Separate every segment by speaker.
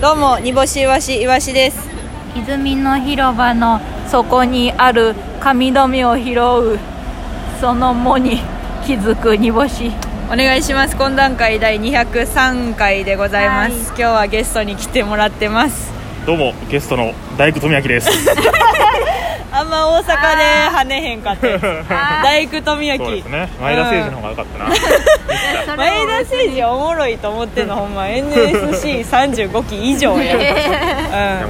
Speaker 1: どうも煮干しいわしいわしです
Speaker 2: 泉の広場の底にある髪留めを拾うその藻に気づく煮干し
Speaker 1: お願いします懇談会第203回でございます、今日はゲストに来てもらってます
Speaker 3: どうもゲストの大工富明です。
Speaker 1: あんま大阪で跳ねへんかったやつ 大工富明、
Speaker 3: そうですね。前田誠司の方が良かったな。
Speaker 1: 前田誠司おもろいと思ってんのほんま NSC35 期以上や、うん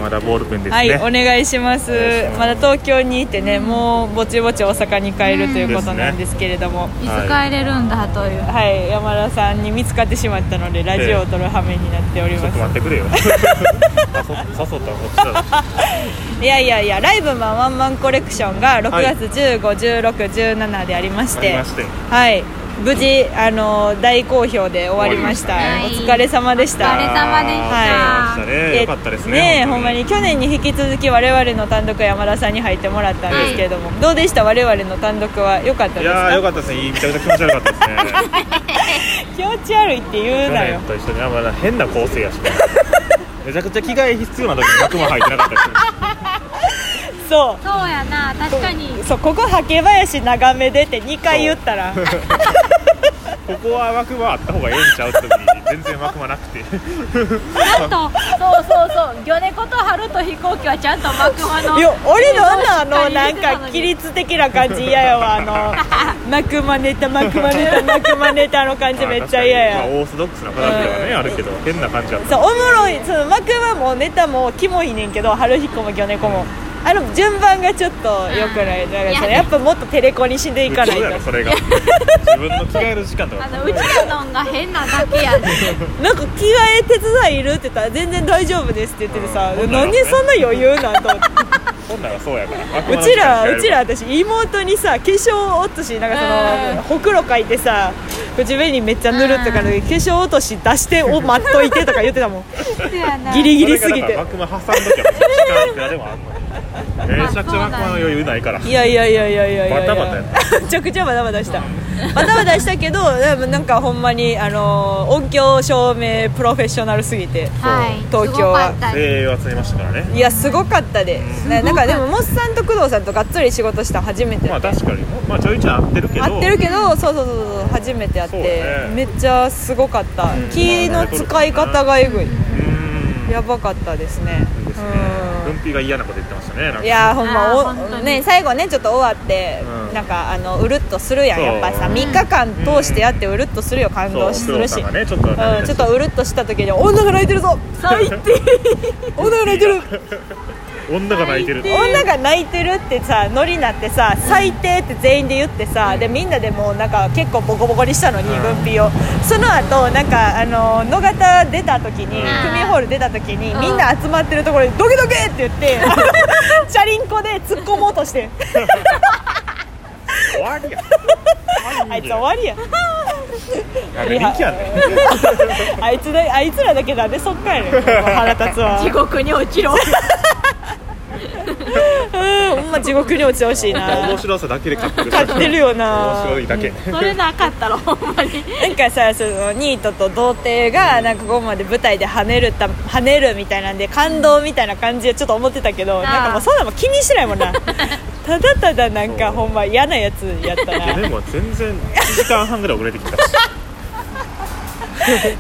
Speaker 3: 山田ボールペンですね。
Speaker 1: はい、お願いします
Speaker 3: お願いします
Speaker 1: まだ東京にいてね、もうぼちぼち大阪に帰るということなんですけれども、
Speaker 2: いつ帰れるんだという、
Speaker 1: はい、山田さんに見つかってしまったのでラジオを撮る羽目になっており
Speaker 3: ちょ
Speaker 1: ま
Speaker 3: っと待
Speaker 1: す
Speaker 3: ってく れよ。誘誘ったらこっちだろ。
Speaker 1: いやいやいやライブマンワンマンコレクションが6月151617でありまし
Speaker 3: あ
Speaker 1: て
Speaker 3: りまして
Speaker 1: はい無事あの大好評で終わりました、
Speaker 2: はい
Speaker 1: お疲れ様でし
Speaker 2: お疲れ
Speaker 1: た
Speaker 2: 様でした、
Speaker 1: は
Speaker 3: ね。良かったですね。
Speaker 1: えほんまに。去年に引き続き我々の単独は山田さんに入ってもらったんですけれども、どうでした我々の単独は良かった
Speaker 3: い
Speaker 1: です
Speaker 3: やー
Speaker 1: か
Speaker 3: 良かったですね。いいめちゃくちゃ気持ち悪かったですね。
Speaker 1: 気持ち悪いって言う
Speaker 3: 去
Speaker 1: なよ
Speaker 3: 年と一緒にあんまだ変な構成やし。めちゃくちゃ着替え必要な時に100も入ってなかったし。
Speaker 1: そう
Speaker 2: そうやな確かに
Speaker 1: そうここ竹林眺めでって2回言ったら
Speaker 3: ここは枠はあった方がええんちゃうって時に全然枠は なくて。
Speaker 2: なんとそうそうそう魚猫と春と飛行機はちゃんと幕間の
Speaker 1: いや俺のあのあの
Speaker 2: しっか
Speaker 1: なん
Speaker 2: り見てたの
Speaker 1: か
Speaker 2: に
Speaker 1: 規律的な感じ嫌やわあのマクマネタマクマネタマクマネタの感じめっちゃ嫌
Speaker 3: まあ確か
Speaker 1: や
Speaker 3: にまあオーソドックスな形ではねあるけど変な感じだった。
Speaker 1: そうおもろいそのマクマもネタもキモいねんけど春彦も魚猫もあの順番がちょっと良くないだからそのやっぱもっとテレコにしんでいかない
Speaker 3: そ
Speaker 1: と
Speaker 3: うやろそれが自分の着替える時間と
Speaker 2: あ
Speaker 3: か
Speaker 2: のうちらのんが変なだけやで、
Speaker 1: なんか着替え手伝いいるって言ったら全然大丈夫ですって言っててさ
Speaker 3: うん
Speaker 1: 何そんな余裕なんと思って
Speaker 3: 本来はそうやから
Speaker 1: うちら
Speaker 3: 悪魔
Speaker 1: う
Speaker 3: の時
Speaker 1: ち
Speaker 3: 間
Speaker 1: ら私妹にさ化粧落としなんかその、ほくろかいてさ口紅めっちゃ塗るとかの化粧落とし出してを待っといてとか言って たもん
Speaker 2: そうやな
Speaker 1: ギリギリすぎ
Speaker 3: それ
Speaker 1: て
Speaker 3: がだから幕間挟んどきゃ時間いくらでもあんのにめちゃくちゃ幕間の余裕ないから
Speaker 1: いやいやいやいやいやいやいや
Speaker 3: バタバタやっ
Speaker 1: めちゃくちゃバタバタしたバタバタしたけどでもなんかほんまにあの音響照明プロフェッショナルすぎて
Speaker 2: はい
Speaker 1: 東京は
Speaker 2: すごかった
Speaker 3: 精鋭を集めましたからね
Speaker 1: いやすごかったでななんかでもモスさんと工藤さんとがっつり仕事したの初めて
Speaker 3: まあ確かにまあちょいちょい合ってるけど
Speaker 1: 合ってるけどそうそうそうそう初めてやって、
Speaker 3: そうね
Speaker 1: めっちゃすごかった
Speaker 3: うん
Speaker 1: 木の使い方がえぐい
Speaker 3: うん
Speaker 1: やばかったですね
Speaker 3: いいですね分泌が嫌なこと言ってましたねなん
Speaker 1: う
Speaker 3: か
Speaker 1: んいやーほんま
Speaker 2: あー本当
Speaker 1: お、
Speaker 2: に
Speaker 1: ね、最後ねちょっと終わって、
Speaker 3: うん
Speaker 1: なんかあのうるっとするやん
Speaker 3: そう
Speaker 1: やっぱさ
Speaker 3: うん
Speaker 1: 3日間通してやってうるっとするよ感動す
Speaker 3: そう
Speaker 1: る
Speaker 3: 工
Speaker 1: し
Speaker 3: 藤さんがねちょっと
Speaker 1: うん、ちょっとうるっとした時に「女が泣いてるぞ最低 女が泣いてる
Speaker 3: 女が泣いてる
Speaker 1: 女が泣いてる」ってさノリになってさ「最低」って全員で言ってさ、でみんなでもうなんか結構ボコボコにしたのに、
Speaker 3: うん
Speaker 1: 軍ピをその後なんかあの野方出た時に、
Speaker 3: うん
Speaker 1: 組ホール出た時に、
Speaker 2: うん
Speaker 1: みんな集まってるところに「ドキドキ!」って言ってチャリンコで突っ込もうとして
Speaker 3: 終わりや
Speaker 1: あいつ終わりや
Speaker 3: あれ人気やね
Speaker 1: あいつだあいつらだけなんでそっかやねんもう腹立つわ
Speaker 2: 地獄に落ちろ
Speaker 1: うんほんま地獄に落ちてほしいな
Speaker 3: 面白さだけで買ってる
Speaker 1: 買ってるよな
Speaker 3: 面白いだけ
Speaker 2: それなかったらほんまに
Speaker 1: なんかさそのニートと童貞がなんかここまで舞台で跳ねるた跳ねるみたいなんで感動みたいな感じでちょっと思ってたけど
Speaker 2: あー
Speaker 1: なんかもうそんなもん気にしないもん なただただなんか
Speaker 3: そう
Speaker 1: ほんま嫌なやつやった
Speaker 3: で
Speaker 1: な
Speaker 3: も全然1時間半ぐらい遅れてきたし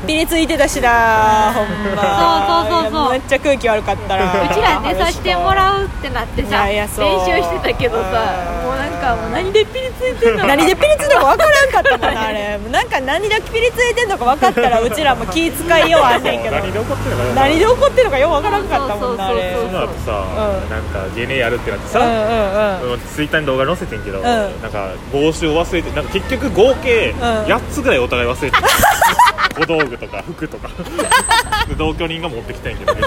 Speaker 1: ピリついてたしなほんま
Speaker 2: そうそうそうそう
Speaker 1: いやめっちゃ空気悪かったな
Speaker 2: うちら出させてもらうってなって
Speaker 1: い
Speaker 2: さ
Speaker 1: やいや
Speaker 2: 練習
Speaker 1: そう
Speaker 2: してたけどさもうなんかもう何でピリついてんの
Speaker 1: 何でピリついてるか分からんかったもんなあれもうなんか何だけピリついてんのか分かったらうちらも気遣いようあんねんけど
Speaker 3: 何で怒ってるのかな
Speaker 1: 何で怒ってるのかよう分からんかったもんなあれ
Speaker 2: そうそ
Speaker 3: そ
Speaker 2: う
Speaker 3: の後さ、
Speaker 1: うん
Speaker 3: なんか DNA やるってなって
Speaker 1: うんう
Speaker 3: さ、
Speaker 1: んうん
Speaker 3: ツイッターに動画載せてんけど、
Speaker 1: ん
Speaker 3: なんか帽子を忘れてなんか結局合計
Speaker 1: ん
Speaker 3: 8つぐらいお互い忘れてた、小道具とか服とかで同居人が持ってきたんやけ どね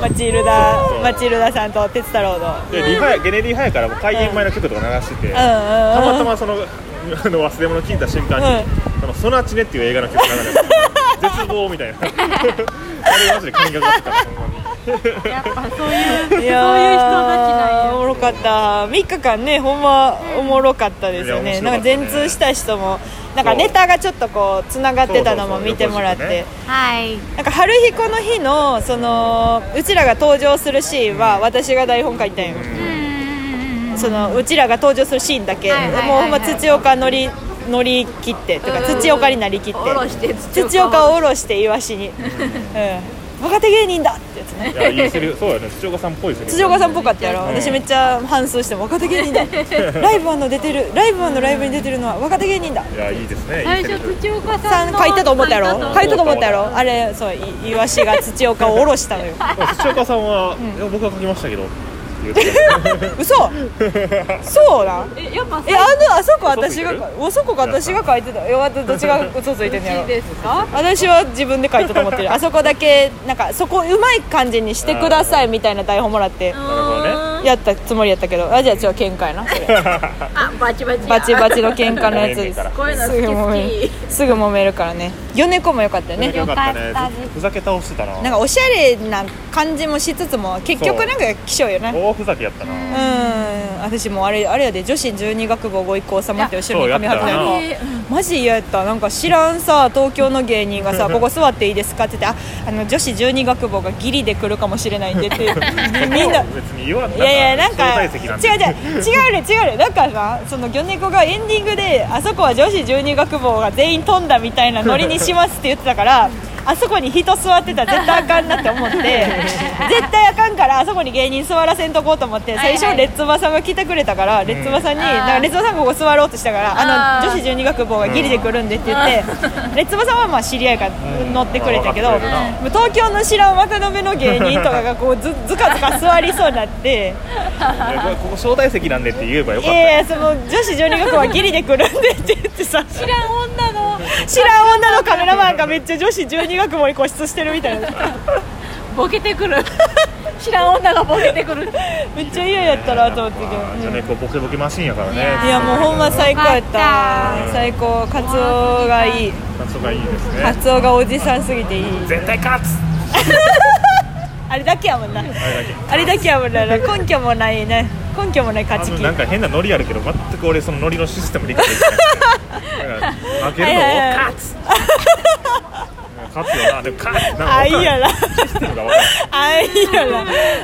Speaker 1: マチルダ
Speaker 3: そう
Speaker 1: マチルダさんと鉄太郎の
Speaker 3: でリハゲネリハやからもう開演前の曲とか流してて、た
Speaker 1: た
Speaker 3: またまその あの忘れ物聞いた瞬間に「そのソナチ ネ」っていう映画の曲流れて絶望みたいなあれマジで感覚がしてたほんまに
Speaker 2: やっぱそういうそういう人たち
Speaker 1: いや
Speaker 2: なん
Speaker 1: ー
Speaker 2: や
Speaker 1: おもろかった3日間ねほんまおもろかったですよ
Speaker 3: い
Speaker 1: ね
Speaker 3: や面白
Speaker 1: な
Speaker 3: か
Speaker 1: んか
Speaker 3: ったね
Speaker 1: 全通した人もなんかネタがちょっとこうつながってたのも見てもらって
Speaker 3: そうそうそう
Speaker 2: はい
Speaker 1: なんか春彦の日のそのうちらが登場するシーンは私が台本書いたんよ、そのうちらが登場するシーンだけ、
Speaker 2: はいはいはいはい
Speaker 1: もうほんま土岡乗り乗り切ってとか
Speaker 2: うん
Speaker 1: 土岡になりきって
Speaker 2: おろして
Speaker 1: 土岡を
Speaker 2: を
Speaker 1: 下ろしてイワシに、うん、若手芸人だってやつね
Speaker 3: いやいいセリフそうやね土岡さんっぽいセリフ
Speaker 1: 土岡さんっぽかったやろ、
Speaker 3: うん
Speaker 1: 私めっちゃ反芻しても若手芸人だライブワンの出てるライブワンのライブに出てるのは若手芸人だ
Speaker 3: いやいいですねい
Speaker 2: 最
Speaker 3: いセリフ
Speaker 2: 初土岡
Speaker 1: さ
Speaker 2: さん
Speaker 1: ん
Speaker 2: の
Speaker 1: 書いたと思ったやろ書
Speaker 3: 書
Speaker 1: い
Speaker 3: い
Speaker 1: た
Speaker 3: た
Speaker 1: と思
Speaker 3: と思
Speaker 1: っ
Speaker 3: ったた
Speaker 1: やろあれそういイワシが土岡を下ろした のよ
Speaker 3: 土岡さんは、いや僕は書きましたけど言うてた
Speaker 1: 嘘そうなん
Speaker 2: えやっぱ
Speaker 1: えあのあそこ
Speaker 3: 嘘つ
Speaker 1: 私
Speaker 3: いて
Speaker 1: が
Speaker 3: る
Speaker 1: あそこが私が書いてたえわたどっちが嘘ついてんのやろ
Speaker 2: ですか
Speaker 1: 私は自分で書いたと思ってるあそこだけなんかそこうまい感じにしてくださいみたいな台本もらって
Speaker 3: ほ
Speaker 1: やったつもりやったけどあじゃあちょっと喧 嘩やなそれ
Speaker 2: あバチバチ
Speaker 1: バチバチの喧嘩のやつです
Speaker 3: ごめんね
Speaker 2: こういうの
Speaker 1: すぐ揉
Speaker 2: 好
Speaker 1: め
Speaker 2: き
Speaker 1: るすぐ揉めるからね米子も良かったよね
Speaker 3: よかった
Speaker 2: よかったで
Speaker 3: ね
Speaker 2: す
Speaker 3: ふざけ倒してたな
Speaker 1: なんかおしゃれな感じもしつつも結局なんか気性よね
Speaker 3: 大ふざけやったな、
Speaker 1: うん私もうあれあれやで女子12学部ご一行様って後ろに髪貼ってた
Speaker 3: そうやったよな
Speaker 1: の
Speaker 2: 好き
Speaker 1: マジ嫌やったなんか知らんさ東京の芸人がさ「ここ座っていいですか?」って言ってあ「あの女子12学部がギリで来るかもしれないんで」って みんな
Speaker 3: 別に言わん
Speaker 1: いやいやなんか違う
Speaker 3: 招待席なんて
Speaker 1: 違う違うね違うねなんかさその魚猫がエンディングであそこは女子十二学坊が全員飛んだみたいなノリにしますって言ってたからあそこに人座ってたら絶対あかんなって思って絶対あかんからあそこに芸人座らせんとこうと思って最
Speaker 2: はいは
Speaker 1: 初
Speaker 2: い
Speaker 1: レッツバさんが来てくれたからレッツバさんに
Speaker 2: あー
Speaker 1: なんかレッツバさんがここ座ろうとしたからあ
Speaker 2: あー
Speaker 1: の女子十二学坊がギリで来るんでって言ってレッツバさんはまあ知り合いが乗ってくれたけど
Speaker 3: うん分かってる
Speaker 1: もう東京の知らん渡辺の芸人とかがこうずずかずか座りそうになって。
Speaker 3: いやこれここ招待席なんでって言えばよかったよ、
Speaker 1: ええその女子女理学部はギリで来るんでって言ってさ知
Speaker 2: 知らん女の
Speaker 1: らん女のカメラマンがめっちゃ女子女理学部に固執してるみたいな
Speaker 2: ボケてくる 知らん女がボケてくる
Speaker 1: めっちゃ嫌やったなと思ってたけど
Speaker 3: じゃあ
Speaker 1: うん
Speaker 3: ねこうボケボケマシーンやからね
Speaker 1: いやもうほんま最高やっ
Speaker 2: よか
Speaker 1: た最高カツオがいい
Speaker 3: なんとかいいです
Speaker 1: カ
Speaker 3: ね
Speaker 1: ツオがおじさんすぎていい
Speaker 3: 絶対勝つ
Speaker 1: あれだけやもんな
Speaker 3: あれだけ
Speaker 1: あれだけやもんな根拠もないね根拠もない勝
Speaker 3: あ
Speaker 1: ち
Speaker 3: の
Speaker 1: 気
Speaker 3: なんか変なノリあるけど全く俺そのノリのシステム理解できてないだから負けるのを
Speaker 1: はいはいはい
Speaker 3: 勝つ勝つよなでも勝つなんか
Speaker 1: あいいやな
Speaker 3: システムが分からん
Speaker 1: あいいやろ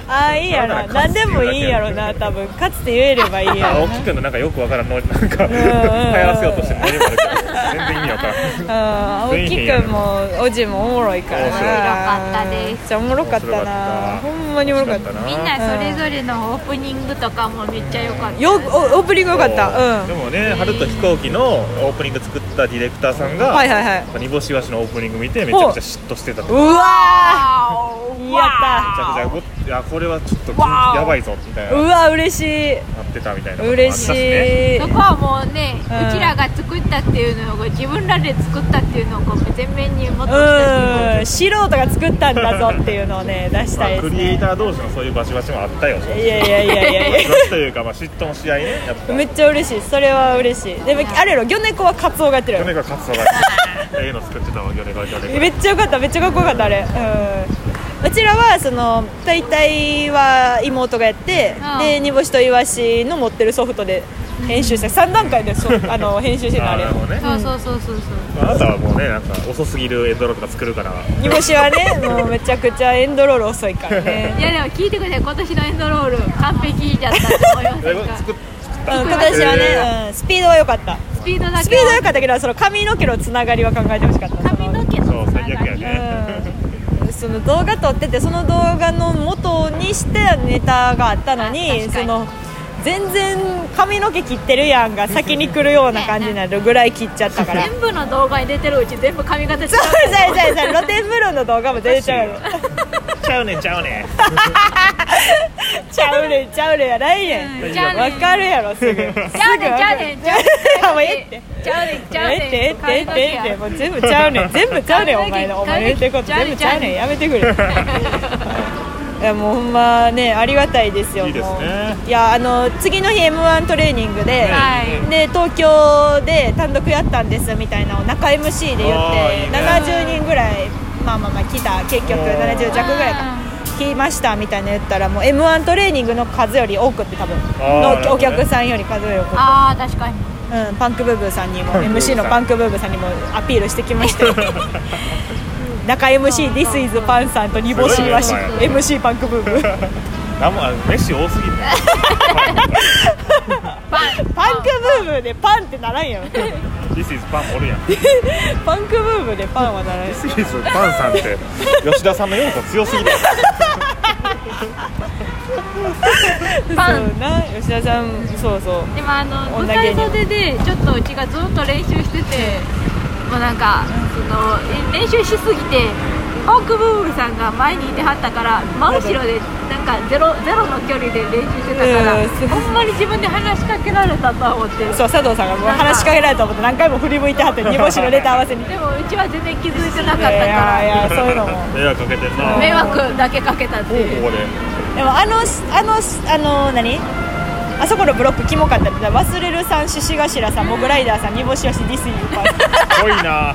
Speaker 1: あいいやろ何でもいいやろな多分勝つって言えればいいやろ
Speaker 3: 青
Speaker 1: な
Speaker 3: 木君のなんかよくわからんのなんか流
Speaker 1: んうん
Speaker 3: 行らせようとしてるのにもあるけど全然意味わから
Speaker 1: うん青木くんもおじもおもろいからな
Speaker 3: 面白い
Speaker 2: 面白かったです
Speaker 1: じゃあおもろかった
Speaker 3: 面白か
Speaker 1: な
Speaker 3: った
Speaker 1: ほんまにおもろかった
Speaker 3: ん
Speaker 2: みんなそれぞれのオープニングとかもめっちゃ良かった
Speaker 1: よおオープニングよかったうん
Speaker 3: でもね「春と飛行機」のオープニング作ったディレクターさんが
Speaker 1: はいはいはい
Speaker 3: 煮干しわしのオープニング見てめちゃくちゃ嫉妬してたと
Speaker 1: う
Speaker 3: めち
Speaker 1: わ
Speaker 2: あー
Speaker 1: やった
Speaker 3: ゃくち
Speaker 2: わ
Speaker 3: ゃ怒っていやこれはちょっと
Speaker 2: わお
Speaker 3: やばいぞみたい
Speaker 1: ー
Speaker 3: な
Speaker 1: うわ嬉し
Speaker 3: なってたみたいない
Speaker 1: 嬉しい
Speaker 2: ーそこはもうね、うんちらが作ったっていうのを自分らで作ったっていうのをこう全面に持ってきた
Speaker 1: うん素人が作ったんだぞっていうのをね出したい
Speaker 3: まあ
Speaker 1: で
Speaker 3: ク
Speaker 1: す
Speaker 3: リエイ
Speaker 1: ね
Speaker 3: ター同士のそういうバシバシもあったよ
Speaker 1: いやいやいやいやい
Speaker 3: バシバシというかまあ嫉妬の試合ねやっぱ
Speaker 1: やめっちゃ嬉しいそれは嬉しいでもあれやろ魚猫はカツオがやってるや
Speaker 3: 米
Speaker 1: ろ
Speaker 3: が勝つとかええの作ってたわ米が米が
Speaker 1: めっちゃよかっためっちゃかっこよかったあれうんうちらはその大体は妹がやって、
Speaker 2: うん
Speaker 1: で煮干しとイワシの持ってるソフトで編集して3段階でそうあの編集してたあれ
Speaker 3: あーなるほどね
Speaker 2: そうそうそうそうそう
Speaker 3: あなたはもうねなんか遅すぎるエンドロールとか作るから
Speaker 1: 煮干しはねもうめちゃくちゃエンドロール遅いからね
Speaker 2: いやでも聞いてください今年のエンドロール完璧じゃったと思いま
Speaker 3: え
Speaker 2: す
Speaker 3: 作っ作った
Speaker 1: うん今年はね、うんスピードは良かった
Speaker 2: がスピードだけは
Speaker 1: スピードは良かったけどその髪の毛のつながりは考えてほしかった
Speaker 2: 髪の毛
Speaker 3: そ
Speaker 2: の
Speaker 3: う
Speaker 2: つな
Speaker 3: 最悪
Speaker 2: が
Speaker 3: や
Speaker 2: り
Speaker 3: ね
Speaker 1: うん その動画撮っててその動画の元にしてネタがあったのに
Speaker 2: あ確か
Speaker 1: そ
Speaker 2: に
Speaker 1: の全然髪の毛切ってるやんが先に来るような感じになるぐらい切っちゃったから そう
Speaker 2: 全部の動画に出てるうち全部髪型違う
Speaker 1: そうそうそう露天風呂の動画も 出ちゃうよ
Speaker 3: ちゃうねんちゃうねん
Speaker 1: ちゃうねんちゃうねんやないね
Speaker 2: うん
Speaker 1: ん
Speaker 2: ちゃうね
Speaker 1: わ
Speaker 2: ん
Speaker 1: かるやろすぐすぐわかる
Speaker 2: ちゃうねんちゃうねんちゃ うねん
Speaker 1: やもうええって
Speaker 2: ちゃうねんちゃうねん
Speaker 1: ええってええってええってええってもう全部ちゃうねん全部ちゃうねんお前のお前の言ってること全部ちゃうねんやめてくれいやもうほんまねありがたいですよ
Speaker 3: いいですね
Speaker 1: もういやあの次の日 m 1トレーニングで、
Speaker 2: はい
Speaker 1: で東京で単独やったんですみたいなのを中 MC で言っ
Speaker 3: あーい
Speaker 1: て
Speaker 3: いね
Speaker 1: 70人ぐらいまあまあまあ来た結局
Speaker 3: おー
Speaker 1: 70弱ぐらいかなきましたみたいなの言ったらもう m 1トレーニングの数より多くって多分
Speaker 3: あー
Speaker 1: のお
Speaker 3: なるほどね
Speaker 1: 客さんより数より多く
Speaker 2: ああ確かに
Speaker 1: うん、パンクブーブーさんにも
Speaker 3: パンクブーブー
Speaker 1: MC
Speaker 3: さん
Speaker 1: のパンクブーブーさんにもアピールしてきま したよ中 MC「This is パンさんと煮干しわし
Speaker 3: すご
Speaker 1: MC パンクブーブ ー
Speaker 3: 何もあのメッシ多すぎんね
Speaker 2: パン
Speaker 1: パンクブーブーでパンってならんやろ
Speaker 3: This is パンおるやん
Speaker 1: パンクブーブーでパンはならんや
Speaker 3: This is パンさんって吉田さんの要素強すぎる
Speaker 1: ろ
Speaker 2: パン
Speaker 1: そうな吉田さんそうそう
Speaker 2: でもあの舞
Speaker 1: 女
Speaker 2: 台
Speaker 1: 芸人
Speaker 2: 袖でちょっとうちがずっと練習しててもうなんかそのえ練習しすぎてパンクブーブーさんが前にいてはったから真後ろでなんかゼロゼロの距離で練習してたから
Speaker 1: うんそう
Speaker 2: ほんまに自分で話しかけられたとは思って
Speaker 1: そう佐藤さんがもう話しかけられたと思って何回も振り向いてはって煮干しのレター合わせにい
Speaker 2: でもうちは全然気づいてなかったか
Speaker 1: やいや
Speaker 2: ら
Speaker 1: そういうのも
Speaker 3: 迷惑かけてんな
Speaker 2: 迷惑だけかけたって
Speaker 3: こ
Speaker 2: いう
Speaker 3: こで
Speaker 1: でもあのあのあの何あそこのブロックキモかったって言ったら忘れるさん獅子頭さんモグライダーさん煮干しわし This is パン
Speaker 3: 濃いな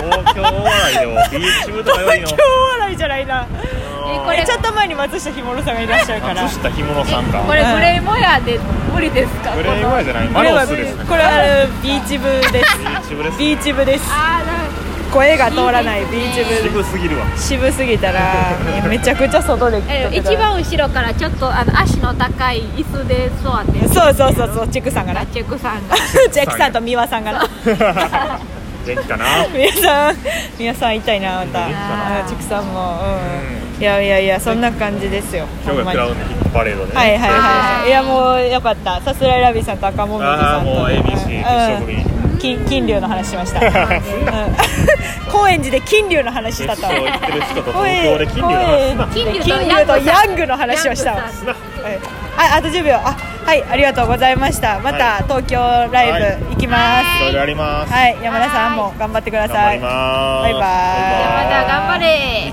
Speaker 3: 東京お笑いでもビーチ部とかよりの
Speaker 1: 東京お笑いじゃないな
Speaker 2: えこれ
Speaker 1: えちょっと前に松下ひもろさんがいらっしゃるから
Speaker 3: 松下ひものさんか
Speaker 2: これグレイモヤで無理ですか
Speaker 3: グレーゴアじゃない
Speaker 1: こ
Speaker 3: マ
Speaker 1: れ
Speaker 3: ロ
Speaker 1: は
Speaker 3: スですね
Speaker 1: これはビーチ部です
Speaker 3: ビーチ部です
Speaker 1: ビーチ部です
Speaker 2: ああなんか
Speaker 1: 声が通らないビーチ部
Speaker 3: 渋すぎるわ
Speaker 1: 渋すぎたらいやめちゃくちゃ外で
Speaker 2: えー一番後ろからちょっとあの足の高い椅子で座って
Speaker 1: そうそうそうそうチェクさんがな
Speaker 2: チェックさんが
Speaker 1: チェクさんと美和さんがな
Speaker 3: 元気かな
Speaker 1: 美和さん美和さん痛いなまた
Speaker 3: いいかな
Speaker 1: あーチェクさんもうんいやいやいやそんな感じですよ
Speaker 3: 今日がクラウンヒップパレードでね
Speaker 1: はいはいはい
Speaker 2: は
Speaker 1: はいいいやもうよかったさすらいラビーさんと赤もみじさんと
Speaker 3: あーもう ABC 決勝組
Speaker 1: うん金金龍の話しました、 うん 高円寺で金龍の話し
Speaker 3: 決
Speaker 1: たと
Speaker 3: 勝行ってる人と東京で金龍の話すな
Speaker 1: 高円
Speaker 2: 金龍と
Speaker 1: 金龍
Speaker 2: ヤ
Speaker 1: と
Speaker 2: ングさん
Speaker 1: ヤングの話をしたわ
Speaker 2: ヤングさん
Speaker 1: はいああと10秒あはいありがとうございましたま
Speaker 3: は
Speaker 1: た東
Speaker 3: い
Speaker 1: 京ライブ行きます
Speaker 3: いろいろあります
Speaker 1: はい、山田さんも頑張ってくだ
Speaker 3: 頑張
Speaker 1: さい
Speaker 3: ります
Speaker 1: バイバイ
Speaker 2: 山田頑張れ